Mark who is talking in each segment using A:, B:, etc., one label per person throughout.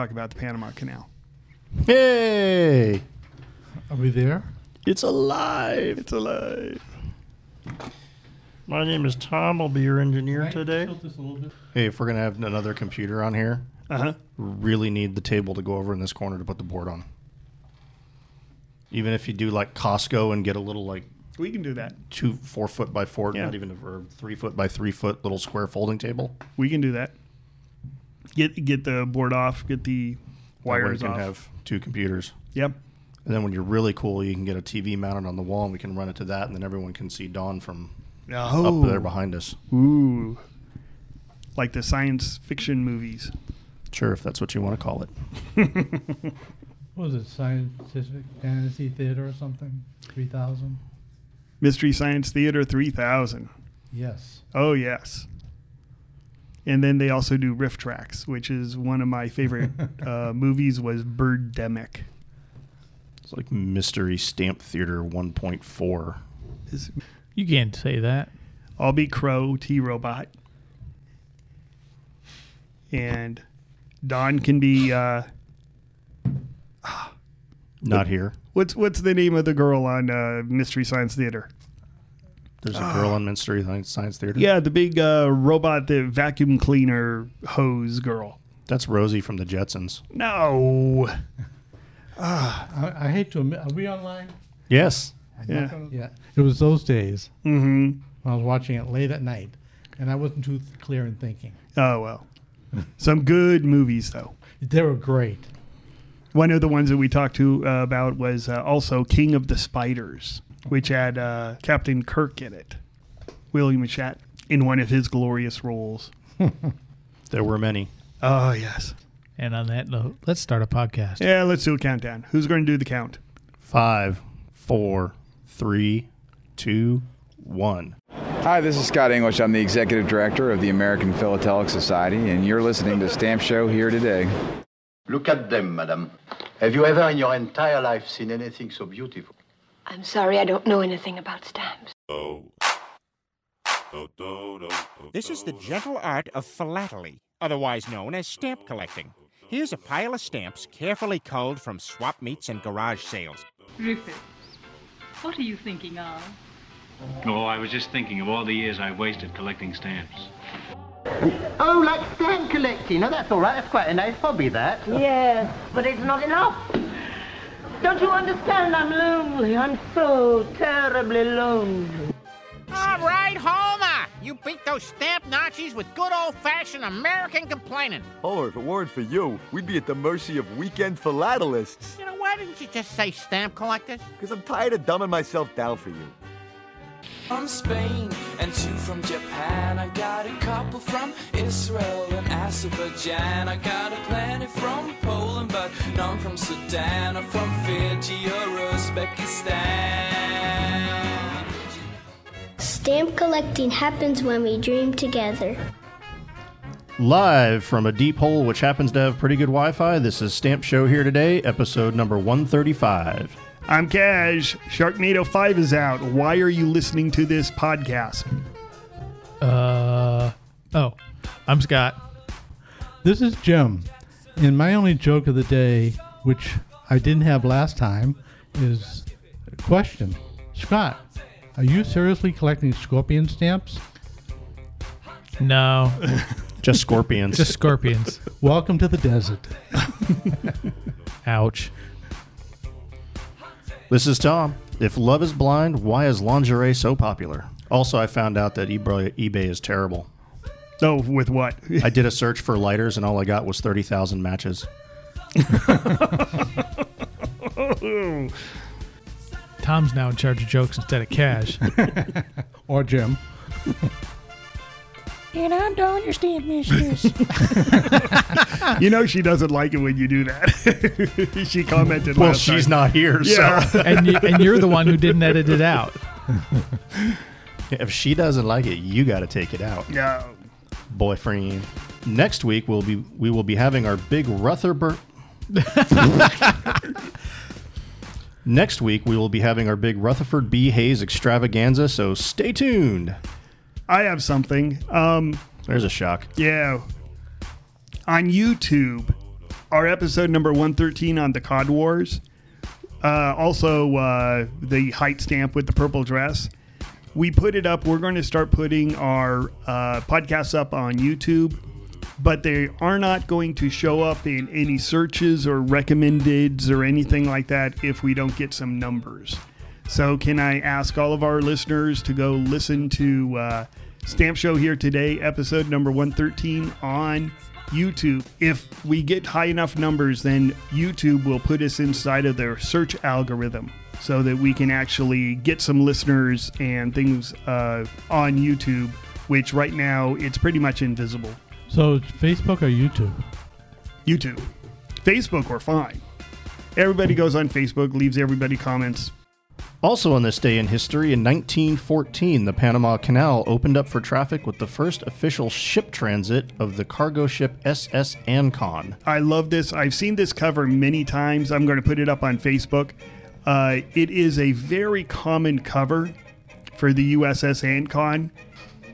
A: talk about the Panama Canal.
B: Hey,
C: Are we there?
B: it's alive.
A: It's alive.
D: My name is Tom. I'll be your engineer today.
B: Hey, if we're gonna have another computer on here,
A: Uh huh.
B: really need the table to go over in this corner to put the board on. Even if you do like Costco and get a little like
A: We can do that.
B: two four foot by four,
A: Yeah.
B: not even a or three foot by three foot little square folding table,
A: We can do that. Get get the board off. Get the
B: that way
A: wires
B: you can
A: off.
B: have two computers.
A: Yep.
B: And then when you're really cool, you can get a TV mounted on the wall, and we can run it to that, and then everyone can see Dawn from
A: Oh.
B: up there behind us.
A: Ooh. Like the science fiction movies.
B: Sure, if that's what you want to call it.
C: What was it, Scientific Fantasy Theater or something? 3000?
A: Mystery Science Theater 3000.
C: Yes.
A: Oh, yes. And then they also do riff tracks, which is one of my favorite uh, movies was Birdemic.
B: It's like Mystery Stamp Theater 1.4.
A: Is-
E: You can't say that.
A: I'll be Crow, T Robot. And Don can be uh,
B: Not here.
A: what's what's the name of the girl on uh, Mystery Science Theater?
B: There's a girl on Mystery Sci- Science Theater.
A: Ah. Yeah, the big uh, robot, the vacuum cleaner hose girl.
B: That's Rosie from the Jetsons.
A: No.
C: I, I hate to admit, are we online?
B: Yes.
A: Yeah.
C: Yeah. It was those days
A: Mm-hmm.
C: when I was watching it late at night, and I wasn't too th- clear in thinking.
A: Oh well. Some good movies though.
C: They were great.
A: One of the ones that we talked to uh, about was uh, also King of the Spiders, which had uh, Captain Kirk in it, William Shat in one of his glorious roles.
B: There were many.
A: Oh yes.
E: And on that note, let's start a podcast.
A: Yeah, let's do a countdown. Who's going to do the count?
B: Five, four, three, two, one.
F: Hi, this is Scott English. I'm the executive director of the American Philatelic Society, and you're listening to Stamp Show here today.
G: Look at them, madame. Have you ever in your entire life seen anything so beautiful?
H: I'm sorry, I don't know anything about stamps.
I: This is the gentle art of philately, otherwise known as stamp collecting. Here's a pile of stamps carefully culled from swap meets and garage sales.
J: Rupert, what are you thinking of?
K: Oh, I was just thinking of all the years I wasted collecting stamps.
G: Oh, like stamp collecting. No, that's all right. That's quite a nice hobby, that.
H: Yes, but it's not enough. Don't you understand? I'm lonely. I'm so terribly lonely.
I: All right, Homer! You beat those stamp Nazis with good old fashioned American complaining.
G: Oh, if it weren't for you, we'd be at the mercy of weekend philatelists.
I: You know, why didn't you just say stamp collectors?
G: Because I'm tired of dumbing myself down for you.
I: From Spain and two from Japan. I got a couple from Israel and Azerbaijan. I got a plenty from Poland, but none from Sudan or from Fiji or Uzbekistan.
H: Stamp collecting happens when we dream together.
B: Live from a deep hole which happens to have pretty good Wi Fi, this is Stamp Show here today, episode number 135.
A: I'm Cash. Sharknado 5 is out. Why are you listening to this podcast?
E: Uh, oh, I'm Scott.
C: This is Jim, and my only joke of the day, which I didn't have last time, is a question. Scott, are you seriously collecting scorpion stamps?
E: No,
B: Just scorpions.
E: just scorpions.
C: Welcome to the desert.
E: Ouch.
B: This is Tom. If love is blind, why is lingerie so popular? Also, I found out that eBay, eBay is terrible.
A: Oh, with what?
B: I did a search for lighters, and all I got was 30,000 matches.
E: Tom's now in charge of jokes instead of cash.
C: Or Jim.
I: And I don't understand, mistress.
A: you know she doesn't like it when you do that. she commented
B: Well,
A: last
B: she's
A: time.
B: not here,
A: Yeah.
B: so
E: and, you, and you're the one who didn't edit it out.
B: if she doesn't like it, you got to take it out,
A: Yeah.
B: boyfriend. Next week we'll be we will be having our big Rutherford. Next week we will be having our big Rutherford B Hayes extravaganza, so stay tuned.
A: I have something. Um,
B: There's a shock.
A: Yeah. On YouTube, our episode number 113 on the Cod Wars. Uh, also, uh, the height stamp with the purple dress. We put it up. We're going to start putting our uh, podcasts up on YouTube, but they are not going to show up in any searches or recommendeds or anything like that if we don't get some numbers. So, can I ask all of our listeners to go listen to uh, Stamp Show Here Today, episode number 113 on YouTube? If we get high enough numbers, then YouTube will put us inside of their search algorithm so that we can actually get some listeners and things uh, on YouTube, which right now it's pretty much invisible.
C: So it's Facebook or YouTube?
A: YouTube. Facebook, we're fine. Everybody goes on Facebook, leaves everybody comments.
B: Also, on this day in history, in 1914, the Panama Canal opened up for traffic with the first official ship transit of the cargo ship SS Ancon.
A: I love this. I've seen this cover many times. I'm going to put it up on Facebook. Uh, it is a very common cover for the USS Ancon.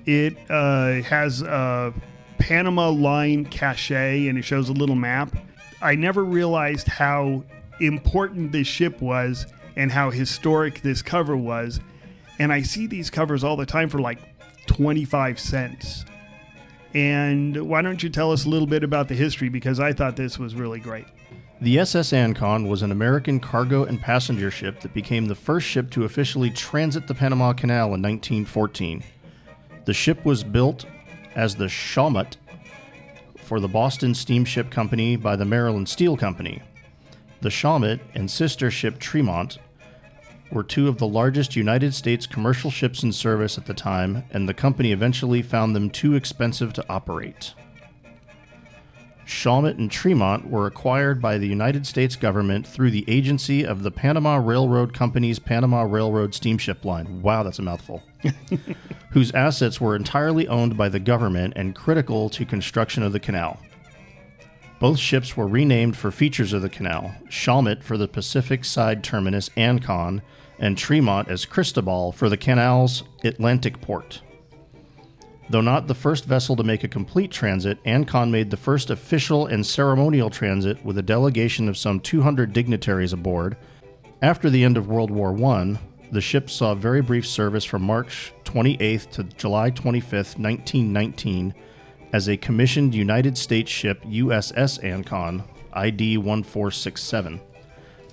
A: It uh, has a Panama line cachet and it shows a little map. I never realized how important this ship was and how historic this cover was. And I see these covers all the time for like 25 cents. And why don't you tell us a little bit about the history? Because I thought this was really great.
B: The SS Ancon was an American cargo and passenger ship that became the first ship to officially transit the Panama Canal in 1914. The ship was built as the Shawmut for the Boston Steamship Company by the Maryland Steel Company. The Shawmut and sister ship Tremont were two of the largest United States commercial ships in service at the time, and the company eventually found them too expensive to operate. Shawmut and Tremont were acquired by the United States government through the agency of the Panama Railroad Company's Panama Railroad Steamship Line. Wow, that's a mouthful. whose assets were entirely owned by the government and critical to construction of the canal. Both ships were renamed for features of the canal Shawmut for the Pacific Side Terminus Ancon, and Tremont as Cristobal for the canal's Atlantic port. Though not the first vessel to make a complete transit, Ancon made the first official and ceremonial transit with a delegation of some 200 dignitaries aboard. After the end of World War I, the ship saw very brief service from March 28th to July 25th, 1919, as a commissioned United States ship USS Ancon, ID 1467,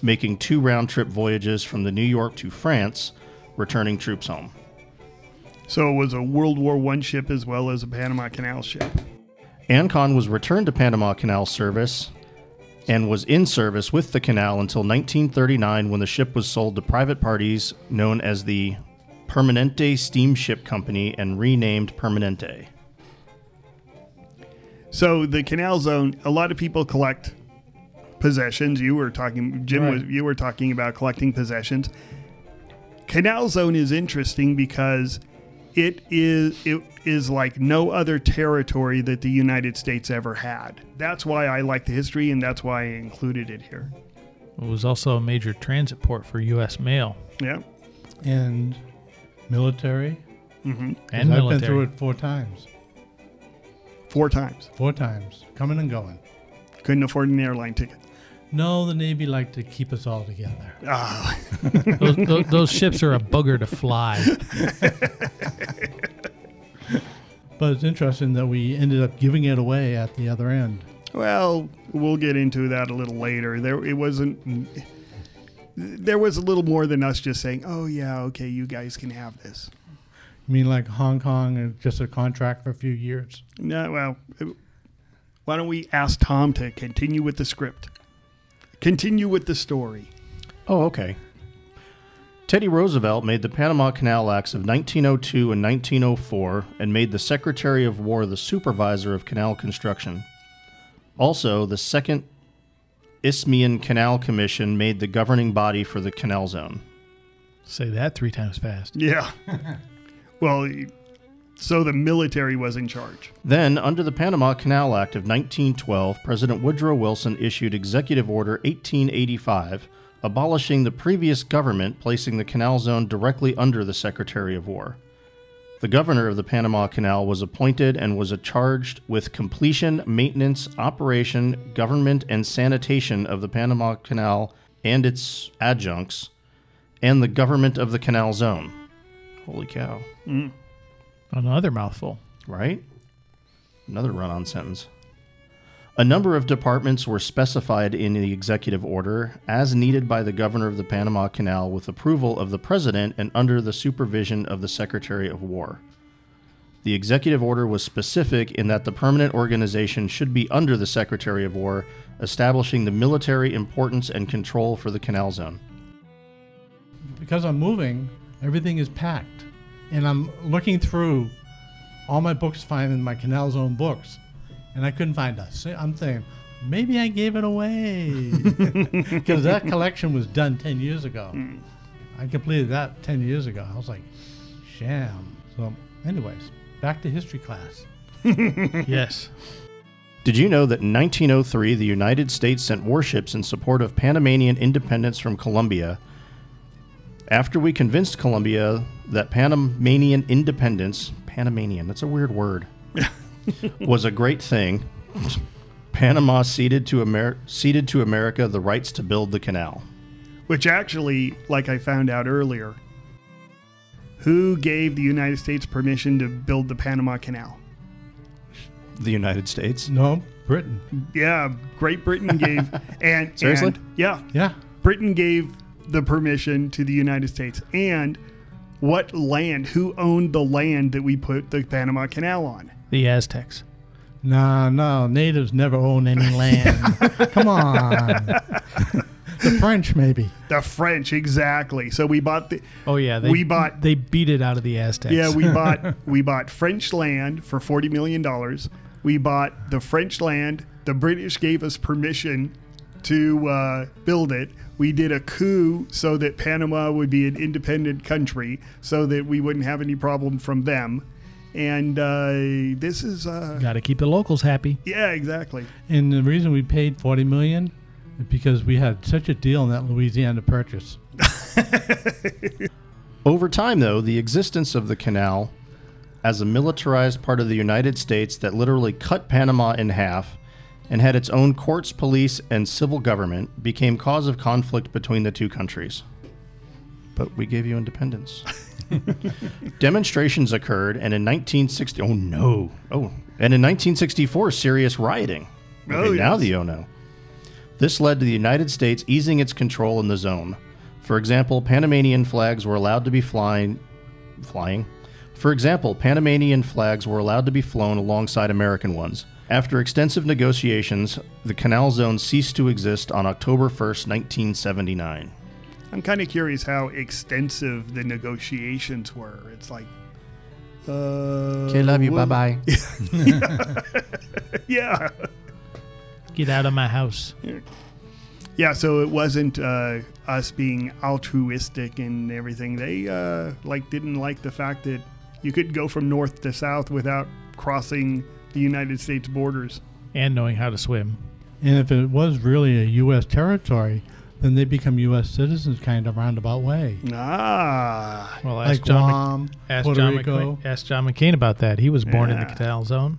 B: making two round trip voyages from the New York to France, returning troops home.
A: So it was a World War One ship as well as a Panama Canal ship.
B: Ancon was returned to Panama Canal service and was in service with the canal until 1939 when the ship was sold to private parties known as the Permanente Steamship Company and renamed Permanente.
A: So the canal zone, a lot of people collect possessions. You were talking, Jim
C: Right.
A: was, you were talking about collecting possessions. Canal zone is interesting because it is it is like no other territory that the United States ever had. That's why I like the history and that's why I included it here.
E: It was also a major transit port for U.S. mail.
A: Yeah.
C: And military?
A: Mm-hmm.
C: 'Cause
E: And
C: I've been
E: military.
C: through it four times.
A: Four times.
C: Four times. Coming and going.
A: Couldn't afford an airline ticket.
C: No, the Navy liked to keep us all together.
A: Ah.
E: those, those, those ships are a bugger to fly.
C: But it's interesting that we ended up giving it away at the other end.
A: Well, we'll get into that a little later. There, it wasn't. There was a little more than us just saying, "Oh yeah, okay, you guys can have this."
C: I mean, like Hong Kong, uh, just a contract for a few years.
A: No, well, it- why don't we ask Tom to continue with the script? Continue with the story.
B: Oh, okay. Teddy Roosevelt made the Panama Canal Acts of 1902 and 1904 and made the Secretary of War the supervisor of canal construction. Also, the Second Isthmian Canal Commission made the governing body for the canal zone.
E: Say that three times fast.
A: Yeah. well, so the military was in charge.
B: Then, under the Panama Canal Act of 1912, President Woodrow Wilson issued Executive Order 1885, abolishing the previous government, placing the canal zone directly under the Secretary of War. The governor of the Panama Canal was appointed and was charged with completion, maintenance, operation, government, and sanitation of the Panama Canal and its adjuncts, and the government of the canal zone. Holy cow.
C: Mm. Another mouthful.
B: Right? Another run on sentence. A number of departments were specified in the executive order as needed by the governor of the Panama Canal with approval of the president and under the supervision of the Secretary of War. The executive order was specific in that the permanent organization should be under the Secretary of War, establishing the military importance and control for the canal zone.
E: because I'm moving, everything is packed. And I'm looking through all my books, finding my Canal Zone books, and I couldn't find a. si- I'm saying, maybe I gave it away. Because that collection was done 10 years ago. I completed that 10 years ago. I was like, sham. So, anyways, back to history class.
C: yes.
B: Did you know that in 1903 the United States sent warships in support of Panamanian independence from Colombia? After we convinced Colombia that Panamanian independence, Panamanian, that's a weird word, was a great thing, Panama ceded to, Amer- ceded to America the rights to build the canal.
A: Which actually, like I found out earlier, who gave the United States permission to build the Panama Canal?
B: The United States?
E: No, Britain.
A: Yeah, Great Britain gave and
B: Seriously?
A: and- yeah,
E: yeah.
A: Britain gave the permission to the United States. And what land? Who owned the land that we put the Panama Canal on?
C: The Aztecs.
E: No, no, natives never own any land. Come on. the French, maybe.
A: The French, exactly. So we bought the.
C: Oh yeah, they,
A: we bought
C: They beat it out of the Aztecs.
A: Yeah, we bought we bought French land for forty million dollars. We bought the French land. The British gave us permission to uh, build it. We did a coup so that Panama would be an independent country, so that we wouldn't have any problem from them. And uh, this is uh,
C: Got to keep the locals happy.
A: yeah, exactly.
E: And the reason we paid forty million is because we had such a deal in that Louisiana purchase.
B: Over time, though, the existence of the canal as a militarized part of the United States that literally cut Panama in half and had its own courts, police, and civil government became cause of conflict between the two countries. But we gave you independence. Demonstrations occurred, and in 1960, oh no, oh, and in 1964, serious rioting.
A: Oh,
B: Okay, Now
A: yes.
B: the oh no. This led to the United States easing its control in the zone. For example, Panamanian flags were allowed to be flying, flying. For example, Panamanian flags were allowed to be flown alongside American ones. After extensive negotiations, the Canal Zone ceased to exist on October 1st, 1979.
A: I'm kind of curious how extensive the negotiations were. It's like. Uh,
B: Okay, love you.
A: well-
B: Bye-bye.
A: yeah.
C: Get out of my house.
A: Yeah, so it wasn't uh, us being altruistic and everything. They uh, like didn't like the fact that you could go from north to south without crossing the United States borders.
C: And knowing how to swim.
E: And if it was really a U.S. territory, then they become U.S. citizens, kind of roundabout way.
A: Ah,
C: Well,
E: Like
C: ask John,
E: Guam,
C: Mc, ask,
E: Puerto
C: John
E: Rico.
C: McCain, ask John McCain about that. He was born in the
A: Yeah.
C: Canal Zone.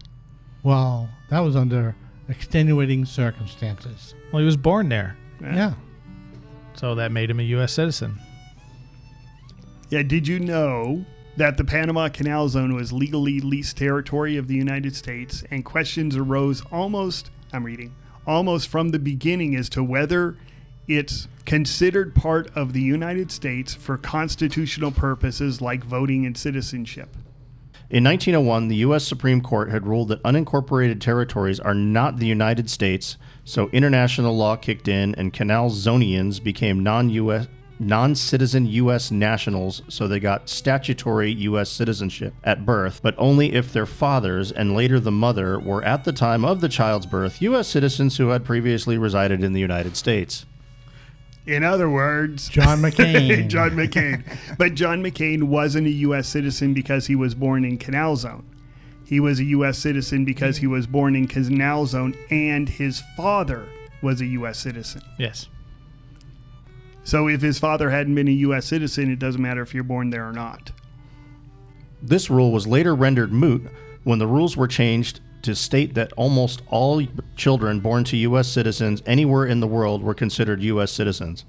E: Well, that was under extenuating circumstances.
C: Well, he was born there,
E: Yeah.
C: so that made him a U.S. citizen.
A: yeah. Did you know that the Panama Canal Zone was legally leased territory of the United States, and questions arose almost. I'm reading almost from the beginning as to whether it's considered part of the United States for constitutional purposes like voting and citizenship.
B: In 1901, the U.S. Supreme Court had ruled that unincorporated territories are not the United States, so international law kicked in, and Canal Zonians became non-U.S. non-citizen U.S. nationals, so they got statutory U.S. citizenship at birth, but only if their fathers and later the mother were at the time of the child's birth U.S. citizens who had previously resided in the United States.
A: In other words,
E: John McCain.
A: John McCain. But John McCain wasn't a U.S. citizen because he was born in Canal Zone. He was a U.S. citizen because he was born in Canal Zone and his father was a U.S. citizen.
C: Yes.
A: So if his father hadn't been a U.S. citizen, it doesn't matter if you're born there or not.
B: This rule was later rendered moot when the rules were changed to state that almost all children born to U.S. citizens anywhere in the world were considered U.S. citizens.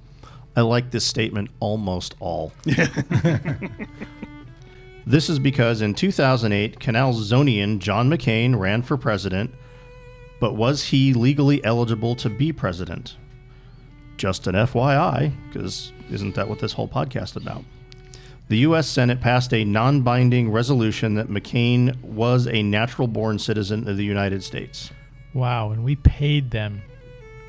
B: I like this statement, almost all. This is because in 2008, Canalzonian John McCain ran for president, but was he legally eligible to be president? Just an FYI, because isn't that what this whole podcast about? The U.S. Senate passed a non binding resolution that McCain was a natural born citizen of the United States.
E: Wow, and we paid them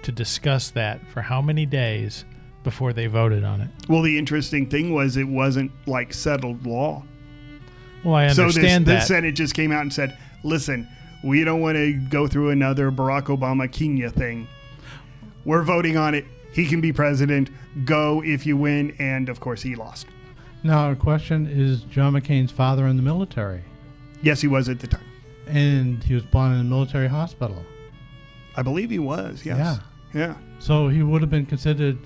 E: to discuss that for how many days before they voted on it?
A: Well, the interesting thing was it wasn't like settled law.
E: Well, I
A: So this,
E: understand
A: the
E: that.
A: Senate just came out and said, "Listen, we don't want to go through another Barack Obama Kenya thing. We're voting on it. He can be president. Go if you win." And of course, he lost.
C: Now, a question is John McCain's father in the military?
A: Yes, he was at the time.
C: And he was born in a military hospital.
A: I believe he was. Yes.
C: Yeah.
A: Yeah.
C: So he would have been considered,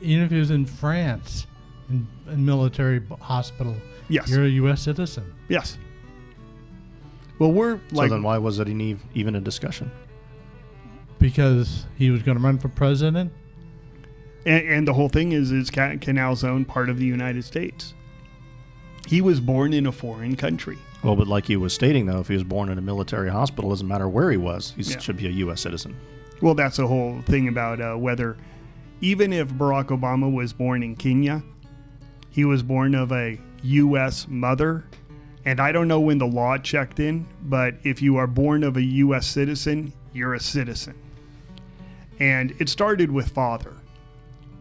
C: even if he was in France, in a military b- hospital.
A: Yes.
C: You're a U.S. citizen.
A: Yes. Well, we're like
B: so then why was it an ev- even a discussion?
C: Because he was going to run for president.
A: And, and the whole thing is, is Ca- Canal Zone part of the United States? He was born in a foreign country.
B: Well, but like you was stating, though, if he was born in a military hospital, doesn't matter where he was, he
A: Yeah.
B: should be a U.S. citizen.
A: Well, that's the whole thing about uh, whether, even if Barack Obama was born in Kenya, he was born of a U.S. mother. And I don't know when the law checked in, but if you are born of a U.S. citizen, you're a citizen. And it started with father,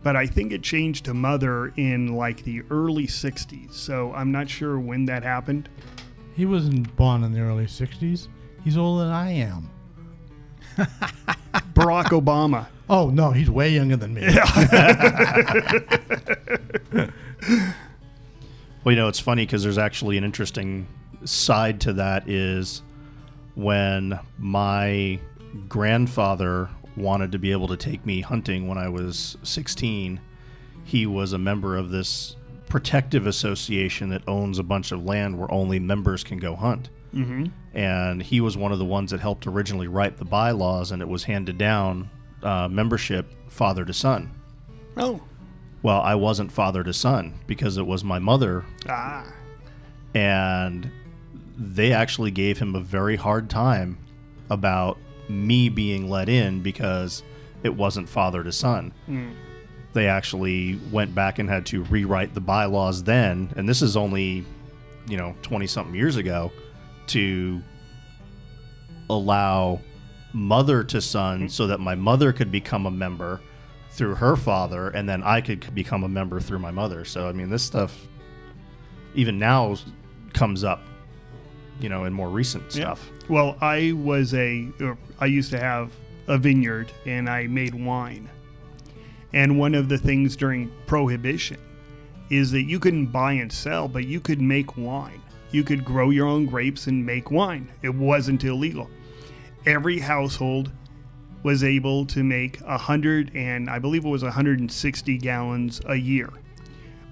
A: but I think it changed to mother in like the early 60s. So I'm not sure when that happened.
C: He wasn't born in the early 60s. He's older than I am.
A: Barack Obama.
C: Oh, no, he's way younger than me.
B: Well, you know, it's funny because there's actually an interesting side to that is when my grandfather wanted to be able to take me hunting when I was 16. He was a member of this protective association that owns a bunch of land where only members can go hunt.
A: Mm-hmm.
B: And he was one of the ones that helped originally write the bylaws, and it was handed down uh, membership father to son.
A: Oh.
B: Well, I wasn't father to son because it was my mother
A: Ah.
B: and they actually gave him a very hard time about me being let in because it wasn't father to son.
A: Mm.
B: They actually went back and had to rewrite the bylaws then, and this is only, you know, 20 something years ago to allow mother to son so that my mother could become a member through her father and then I could become a member through my mother. So I mean this stuff even now comes up, you know, in more recent stuff.
A: Well, I was a, or I used to have a vineyard and I made wine. And one of the things during Prohibition is that you couldn't buy and sell, but you could make wine. You could grow your own grapes and make wine. It wasn't illegal. Every household was able to make a hundred and I believe it was 160 gallons a year.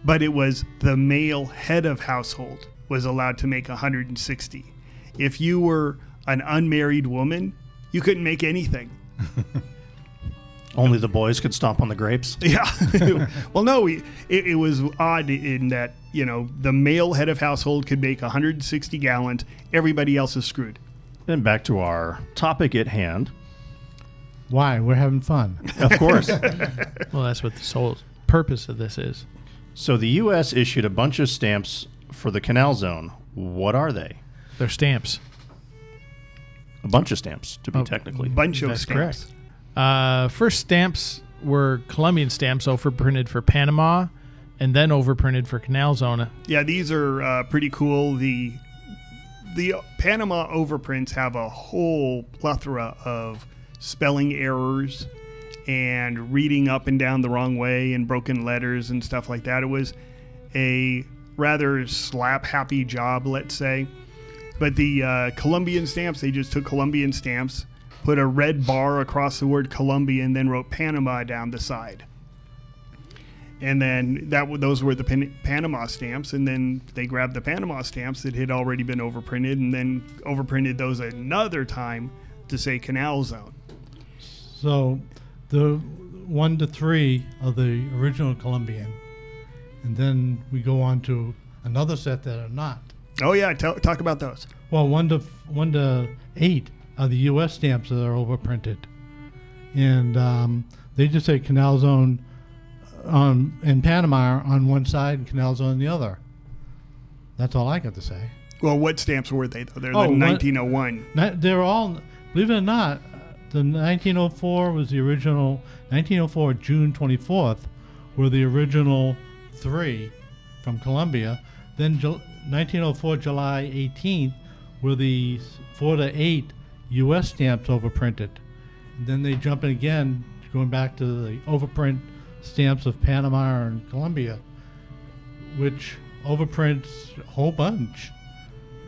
A: But it was the male head of household was allowed to make 160. If you were an unmarried woman, you couldn't make anything.
B: Only the boys could stomp on the grapes.
A: Yeah. well, no, we, it, it was odd in that, you know, the male head of household could make 160 gallons. Everybody else is screwed.
B: Then back to our topic at hand.
C: Why? We're having fun.
B: Of course.
E: well, that's what the sole purpose of this is.
B: so the US issued a bunch of stamps for the canal zone. What are they?
E: They're stamps.
B: A bunch of stamps to be
E: Oh,
B: technically.
A: Bunch of
E: That's
A: stamps.
E: correct. Uh, first stamps were Colombian stamps overprinted for Panama and then overprinted for Canal Zone.
A: Yeah, these are uh, pretty cool. The the Panama overprints have a whole plethora of spelling errors and reading up and down the wrong way and broken letters and stuff like that. It was a rather slap happy job, let's say. But the uh, Colombian stamps, they just took Colombian stamps, put a red bar across the word Colombia, and then wrote Panama down the side and then that w- those were the Pan- Panama stamps, and then they grabbed the Panama stamps that had already been overprinted, and then overprinted those another time to say Canal Zone.
C: So the one to three are the original Colombian. And then we go on to another set that are not.
A: Oh yeah, tell, talk about those.
C: Well, one to one to eight are the U.S. stamps that are overprinted, and um, they just say Canal Zone on in Panama on one side and Canal Zone on the other. That's all I got to say.
A: Well, what stamps were they though? They're
C: Oh,
A: the
C: one-
A: 1901.
C: Ni- They're all, believe it or not, the 1904 was the original. 1904 June 24th were the original three from Columbia. Then Ju- 1904 July 18th were the s- four to eight U.S. stamps overprinted. And then they jump in again, going back to the overprint stamps of Panama and Colombia, which overprints a whole bunch.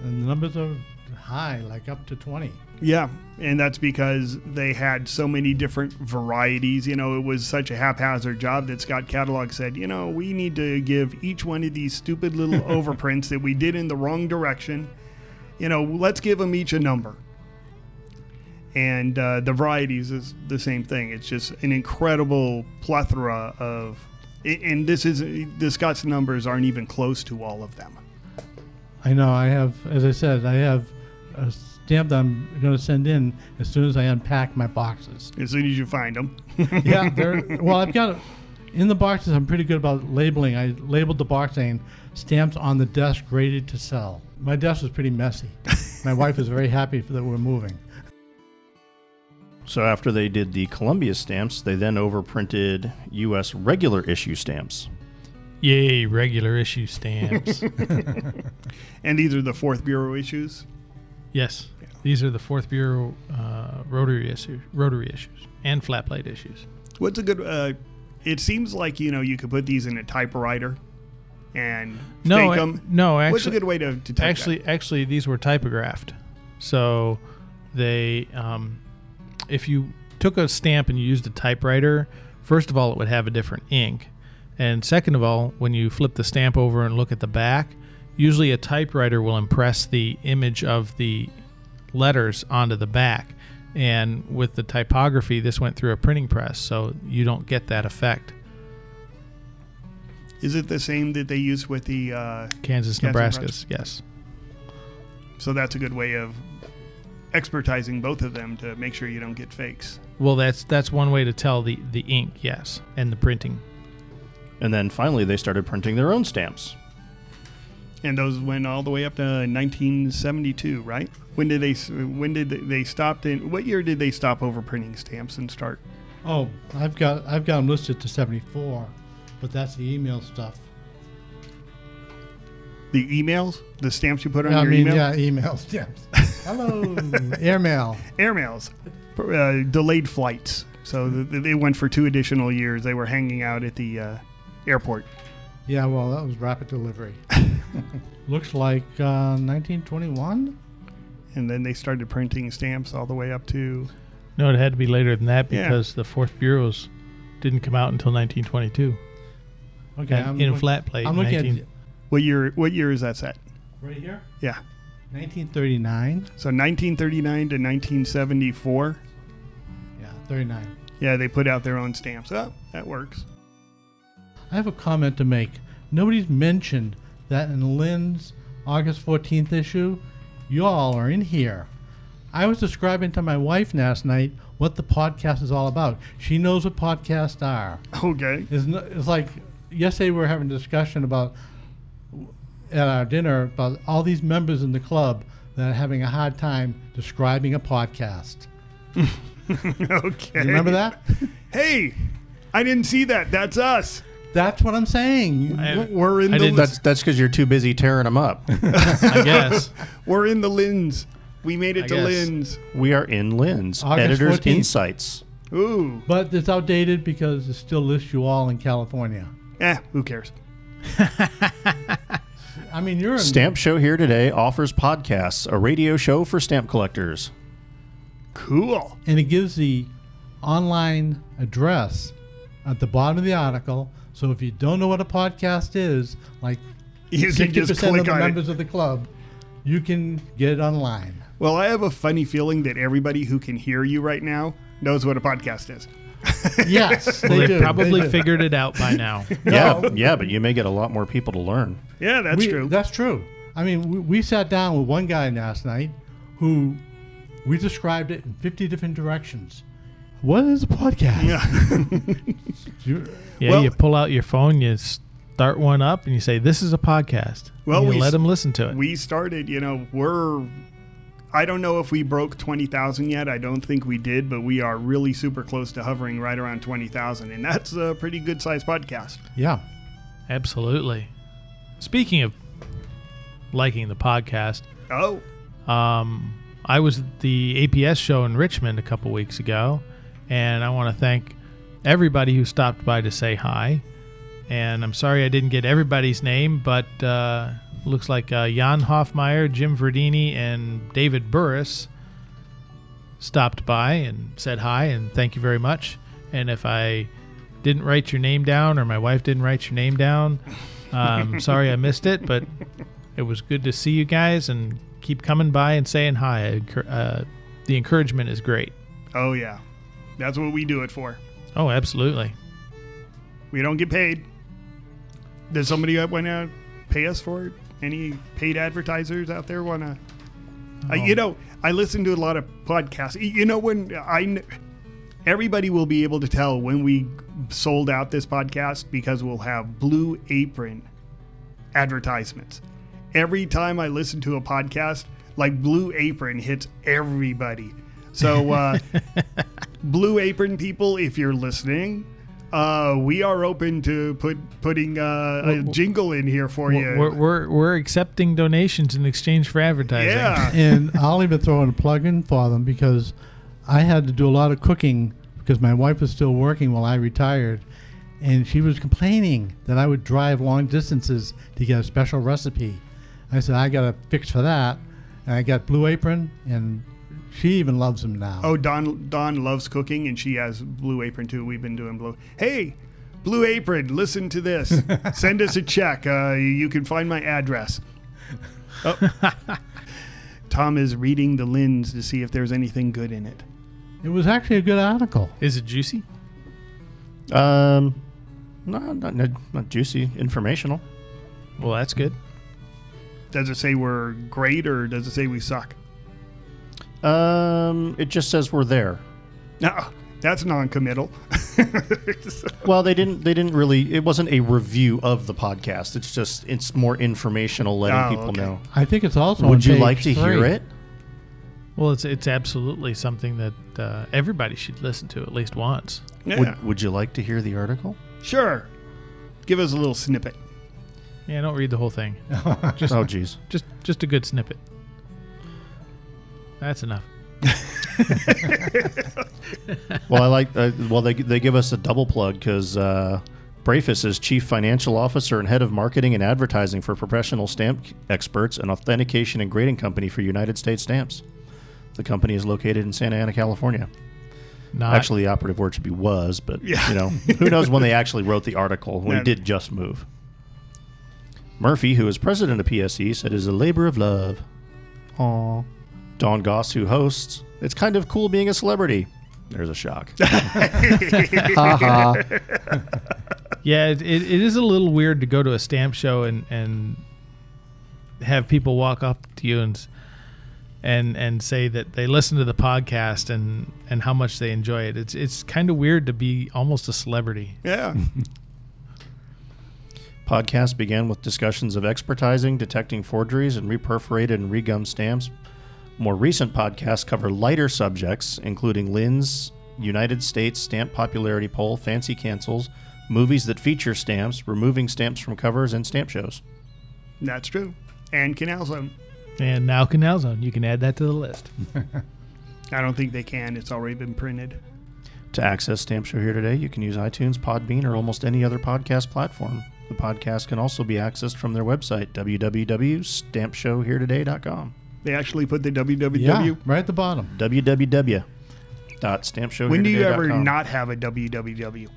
C: And the numbers are high, like up to 20.
A: Yeah, and that's because they had so many different varieties. You know, it was such a haphazard job that Scott Catalog said, you know, we need to give each one of these stupid little overprints that we did in the wrong direction. You know, let's give them each a number. And uh, the varieties is the same thing. It's just an incredible plethora of, a- and this is the Scott's numbers aren't even close to all of them.
C: I know. I have, as I said, I have a stamp that I'm going to send in as soon as I unpack my boxes.
A: As soon as you find them.
C: yeah. They're, well, I've got in the boxes. I'm pretty good about labeling. I labeled the box saying stamps on the desk rated to sell. My desk was pretty messy. my wife was very happy that we're moving.
B: So after they did the Columbia stamps, they then overprinted U.S. regular issue stamps.
E: Yay, regular issue stamps.
A: and these are the fourth bureau issues.
E: yes. These are the fourth bureau uh, rotary issues, rotary issues, and flat plate issues.
A: What's a good? Uh, it seems like you know you could put these in a typewriter, and
E: No,
A: fake
E: I-
A: 'em.
E: no. Actually,
A: what's a good way to, to type that?
E: actually actually these were typographed, so they um, if you took a stamp and you used a typewriter, first of all it would have a different ink, and second of all when you flip the stamp over and look at the back, usually a typewriter will impress the image of the letters onto the back. And with the typography, this went through a printing press, so you don't get that effect.
A: Is it the same that they use with the uh,
E: Kansas, Nebraska's, yes.
A: So that's a good way of expertizing both of them to make sure you don't get fakes.
E: Well, that's that's one way to tell the the ink, yes, and the printing.
B: And then finally, they started printing their own stamps.
A: And those went all the way up to 1972, right? When did they? s- When did they stopped in? What year did they stop overprinting stamps and start?
C: Oh, I've got I've got them listed to 74, but that's the email stuff.
A: The emails, the stamps you put on
C: I
A: your
C: mean,
A: email.
C: yeah, email stamps. Hello, airmail.
A: airmails, uh, delayed flights. So th- th- they went for two additional years. They were hanging out at the uh, airport.
C: Yeah, well, that was rapid delivery. Looks like uh, 1921.
A: And then they started printing stamps all the way up to.
E: No, it had to be later than that
A: Yeah.
E: because the fourth bureaus didn't come out until 1922.
C: Okay,
E: And
C: I'm
E: in a
C: look-
E: flat plate.
C: I'm looking at
E: 19
A: What year? What year is that set?
C: right here.
A: Yeah.
C: 1939.
A: So 1939 to 1974.
C: Yeah, 39.
A: Yeah, they put out their own stamps. Oh, that works.
C: I have a comment to make. Nobody's mentioned that in Lynn's August 14th issue, y'all are in here. I was describing to my wife last night what the podcast is all about. She knows what podcasts are.
A: Okay.
C: It's, no, it's like yesterday we were having a discussion about at our dinner about all these members in the club that are having a hard time describing a podcast.
A: okay.
C: You remember that?
A: Hey, I didn't see that. That's us.
C: That's what I'm saying.
A: We're in
E: I
A: the
E: didn't-
A: list.
B: That's that's because you're too busy tearing them up.
E: I guess.
A: We're in the lens. We made it
E: I
A: to
E: guess.
A: lens.
B: we are in Lynn's
C: August
B: Editor's
C: 14th.
B: Insights.
A: Ooh.
C: But it's outdated because it still lists you all in California.
A: Eh, who cares?
C: I mean, you're in,
B: Stamp Show Here Today offers podcasts, a radio show for stamp collectors.
A: Cool.
C: and it gives the online address at the bottom of the article. So if you don't know what a podcast is, like
A: You can just
C: 60%
A: click
C: of the
A: on it.
C: members of the club, you can get it online.
A: Well, I have a funny feeling that everybody who can hear you right now knows what a podcast is.
C: Yes,
E: Well, they probably figured it out by now.
B: Yeah, yeah, but you may get a lot more people to learn.
A: Yeah, that's
C: true. That's true. I mean, we, we sat down with one guy last night who we described it in 50 different directions. What is a podcast? Yeah.
E: Yeah, you pull out your phone, you start one up, and you say, "This is a podcast."
A: Well,
E: Well, you
A: we
E: let
A: s-
E: them listen to it.
A: We started, you know, we're. I don't know if we broke 20,000 yet. I don't think we did, but we are really super close to hovering right around 20,000. And that's a pretty good sized podcast.
C: yeah,
E: absolutely. Speaking of liking the podcast,
A: Oh.
E: Um, I was at the APS show in Richmond a couple weeks ago, and I want to thank everybody who stopped by to say hi. And I'm sorry I didn't get everybody's name, but uh, looks like uh, Jan Hoffmeyer, Jim Verdini, and David Burris stopped by and said hi and thank you very much. And if I didn't write your name down or my wife didn't write your name down, um, sorry I missed it, but it was good to see you guys and keep coming by and saying hi. I encour- Uh, the encouragement is great.
A: Oh, yeah. That's what we do it for.
E: Oh, absolutely.
A: We don't get paid. Does somebody want to pay us for it? Any paid advertisers out there want to? Uh, you know, I listen to a lot of podcasts. Y- You know, when I, kn- everybody will be able to tell when we sold out this podcast because we'll have Blue Apron advertisements. Every time I listen to a podcast, like Blue Apron hits everybody. So, uh, Blue Apron people, if you're listening, uh, we are open to put putting uh, a jingle in here for you.
E: We're, we're, we're, we're accepting donations in exchange for advertising.
A: Yeah.
C: and I'll even throw in a plug in for them because I had to do a lot of cooking because my wife was still working while I retired. And she was complaining that I would drive long distances to get a special recipe. I said, I got a fix for that. And I got Blue Apron, and she even loves them now.
A: Oh, Don Don loves cooking, and she has Blue Apron too. We've been doing Blue. Hey, Blue Apron, listen to this. Send us a check. Uh, you can find my address. Oh. Tom is reading the lens to see if there's anything good in it.
C: It was actually a good article.
E: Is it juicy?
B: Um, not not not juicy, informational.
E: Well, that's good.
A: Does it say we're great or does it say we suck?
B: Um, it just says we're there.
A: No, that's non-committal.
B: Well, they didn't. They didn't really. It wasn't a review of the podcast. It's just. It's more informational, letting
E: Oh,
B: people
E: okay.
B: know.
C: I think it's also.
B: Would
C: on
B: you
C: page
B: like to hear
C: three.
B: it?
E: Well, it's it's absolutely something that uh, everybody should listen to at least once.
A: Yeah.
B: Would, would you like to hear the article?
A: Sure. Give us a little snippet.
E: Yeah, don't read the whole thing. Just,
B: Oh, jeez.
E: Just just a good snippet. That's enough.
B: well, I like. Uh, well, they they give us a double plug because uh, Brafus is chief financial officer and head of marketing and advertising for professional stamp experts and authentication and grading company for United States Stamps. The company is located in Santa Ana, California.
E: Not-
B: Actually, the operative word should be was, but
E: Yeah.
B: you know, who knows when they actually wrote the article? We
E: Yeah.
B: did just move. Murphy, who is president of PSE, said it is a labor of love. Aw. Don Goss, who hosts, it's kind of cool being a celebrity. There's a shock. ha ha.
E: yeah, it, it, it is a little weird to go to a stamp show and and have people walk up to you and s- and and say that they listen to the podcast and and how much they enjoy it. It's it's kind of weird to be almost a celebrity.
A: Yeah.
B: Podcast began with discussions of expertising, detecting forgeries, and reperforated and regummed stamps. More recent podcasts cover lighter subjects, including Lynn's United States Stamp Popularity Poll, Fancy Cancels, movies that feature stamps, removing stamps from covers, and stamp shows.
A: That's true. And um, Canal Zone.
E: And now Canal Zone, you can add that to the list.
A: I don't think they can. It's already been printed.
B: To access Stamp Show Here Today, you can use iTunes, Podbean, or almost any other podcast platform. The podcast can also be accessed from their website, www.stampshowheretoday.com.
A: They actually put the www.
B: Yeah.
C: Right at the bottom.
B: www.stampshowheretoday.com.
A: When do you ever not have a www?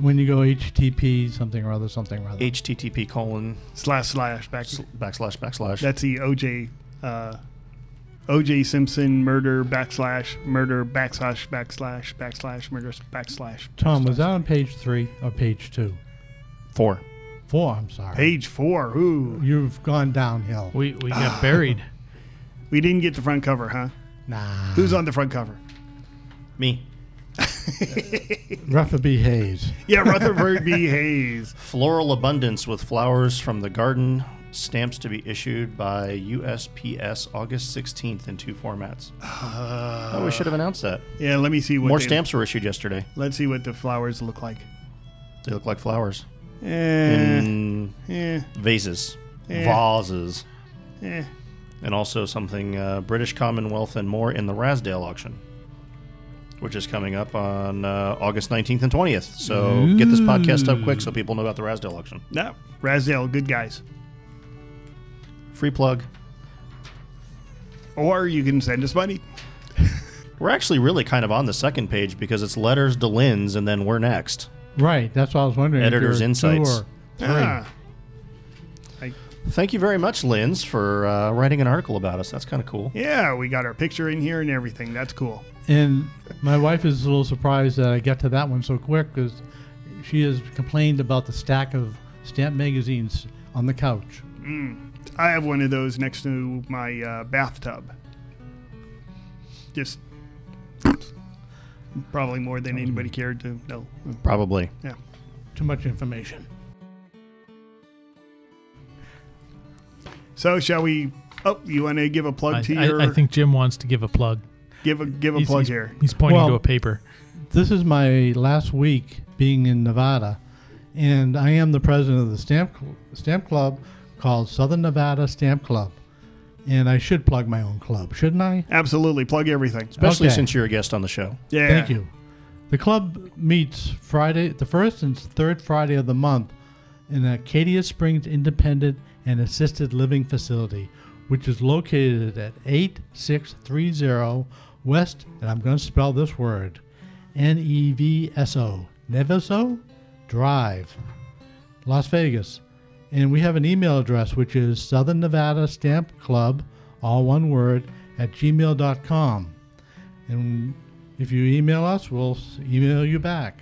C: when you go HTTP something or other something or other.
B: HTTP colon
A: slash slash back,
B: backslash backslash.
A: That's the OJ uh, OJ Simpson murder backslash murder backslash backslash backslash murder backslash.
C: Tom, was that on page three or page two?
B: Four.
C: Four. I'm sorry.
A: Page four. Ooh,
C: you've gone downhill.
E: We we got buried.
A: We didn't get the front cover, huh?
C: Nah.
A: Who's on the front cover?
B: Me.
C: Rutherford B. Hayes.
A: Yeah, Rutherford B. Hayes.
B: Floral abundance with flowers from the garden. Stamps to be issued by USPS August 16th in two formats. oh, we should have announced that.
A: Yeah, let me see Uh, what
B: More
A: they-
B: stamps were issued yesterday.
A: Let's see what the flowers look like.
B: They look like flowers Mm.
A: Eh,
B: in
A: eh,
B: vases,
A: Yeah.
B: vases,
A: eh.
B: and also something uh, British Commonwealth and more in the Rasdale auction, which is coming up on uh, August 19th and 20th. So get this podcast up quick so people know about the Rasdale auction.
A: No, Razdale, good guys.
B: Free plug.
A: Or you can send us money.
B: We're actually really kind of on the second page because it's letters to Lynn's and then we're next.
C: Right. That's what I was wondering. if there
B: Editor's
C: were two
B: Insights.
C: or three.
A: Ah,
B: Thank you very much, Lynn's, for uh, writing an article about us. That's kind of cool.
A: yeah, we got our picture in here and everything. That's cool.
C: And my wife is a little surprised that I got to that one so quick because she has complained about the stack of stamp magazines on the couch.
A: I have one of those next to my uh, bathtub. Just probably more than anybody cared to know.
B: Probably.
A: Yeah.
C: Too much information.
A: So shall we? Oh, you want to give a plug
E: I,
A: to
E: I-
A: your?
E: I think Jim wants to give a plug.
A: give a give a
E: He's,
A: plug
E: he's-
A: here.
E: he's pointing
C: Well-
E: to a paper.
C: This is my last week being in Nevada, and I am the president of the stamp cl- stamp club called Southern Nevada Stamp Club. And I should plug my own club, shouldn't I?
A: Absolutely, plug everything.
B: Especially
C: Okay.
B: since you're a guest on the show.
A: Yeah.
C: Thank you. The club meets Friday, the first and third Friday of the month in Acadia Springs Independent and Assisted Living Facility, which is located at 8630 West, and I'm going to spell this word N E V S O, Neveso Drive, Las Vegas. And we have an email address, which is Southern Nevada Stamp Club, all one word, at gmail.com. And if you email us, we'll s- email you back.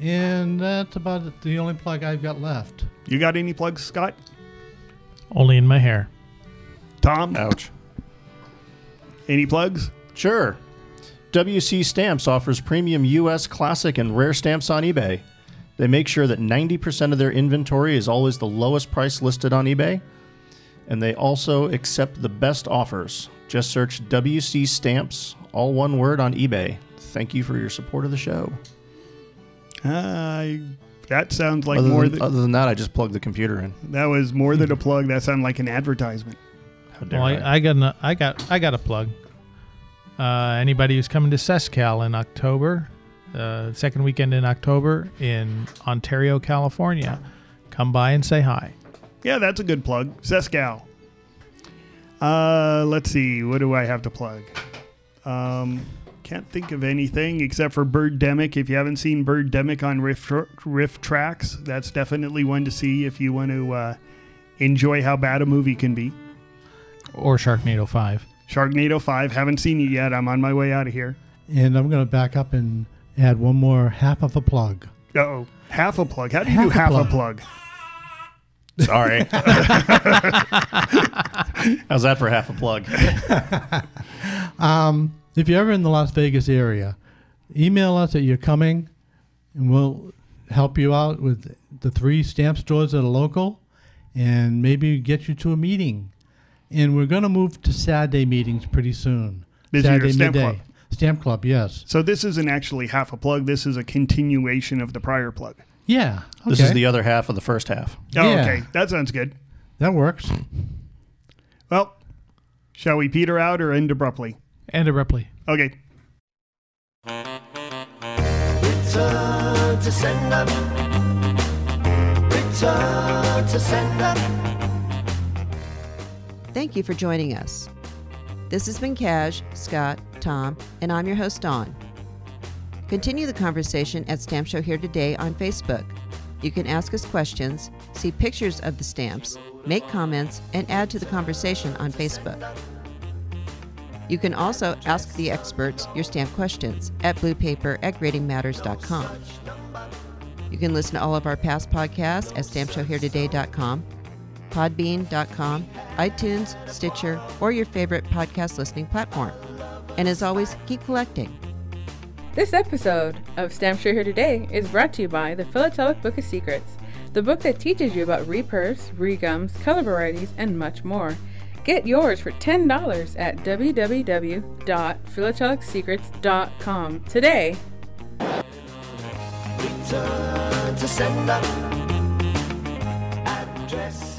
C: And that's about the only plug I've got left.
A: You got any plugs, Scott?
E: Only in my hair.
A: Tom?
B: Ouch.
A: Any plugs?
B: Sure. WC Stamps offers premium U.S. classic and rare stamps on eBay. They make sure that 90% of their inventory is always the lowest price listed on eBay, and they also accept the best offers. Just search WC Stamps, all one word, on eBay. Thank you for your support of the show.
A: Uh, that sounds like
B: other,
A: more
B: than, uh
A: than,
B: other than that, I just plugged the computer in.
A: that was more
E: Hmm.
A: than a plug. That sounded like an advertisement.
B: How dare
E: Well,
B: I?
E: I, I got an, I got I got a plug. Uh, anybody who's coming to Sescal in October, uh, second weekend in October in Ontario, California, come by and say hi.
A: Yeah, that's a good plug. Sescal. Uh, let's see. What do I have to plug? Um, can't think of anything except for Birdemic. If you haven't seen Birdemic on Riff, Tr- Riff Tracks, that's definitely one to see if you want to uh, enjoy how bad a movie can be.
E: Or Sharknado Five.
A: Sharknado 5, haven't seen it yet. I'm on my way out of here.
C: And I'm going to back up and add one more half of a plug.
A: Uh-oh. Half a plug. How do you do half
C: Half a
A: a plug?
B: Sorry. How's that for half a plug?
C: If you're ever in the Las Vegas area, email us that you're coming and we'll help you out with the three stamp stores that are local and maybe get you to a meeting. And we're going to move to Saturday meetings pretty soon.
A: This is your stamp club.
C: Stamp club, yes.
A: So this isn't actually half a plug. This is a continuation of the prior plug.
C: Yeah. Okay.
B: This is the other half of the first half.
A: Oh,
C: Yeah.
A: okay. That sounds good.
C: that works.
A: Well, shall we peter out or end abruptly?
E: And abruptly.
A: Okay.
I: Return to sender. Return to sender.
L: Thank you for joining us. This has been Cash, Scott, Tom, and I'm your host, Dawn. Continue the conversation at Stamp Show Here Today on Facebook. You can ask us questions, see pictures of the stamps, make comments, and add to the conversation on Facebook. You can also ask the experts your stamp questions at bluepaper at gradingmatters.com. You can listen to all of our past podcasts at stampshowheretoday.com, podbean.com, iTunes, Stitcher, or your favorite podcast listening platform. And as always, keep collecting.
M: This episode of Stamp Show Here Today is brought to you by the Philatelic Book of Secrets, the book that teaches you about repurfs, regums, color varieties, and much more. Get yours for $10 at www.philatelicsecrets.com today.
I: Return to sender. Address.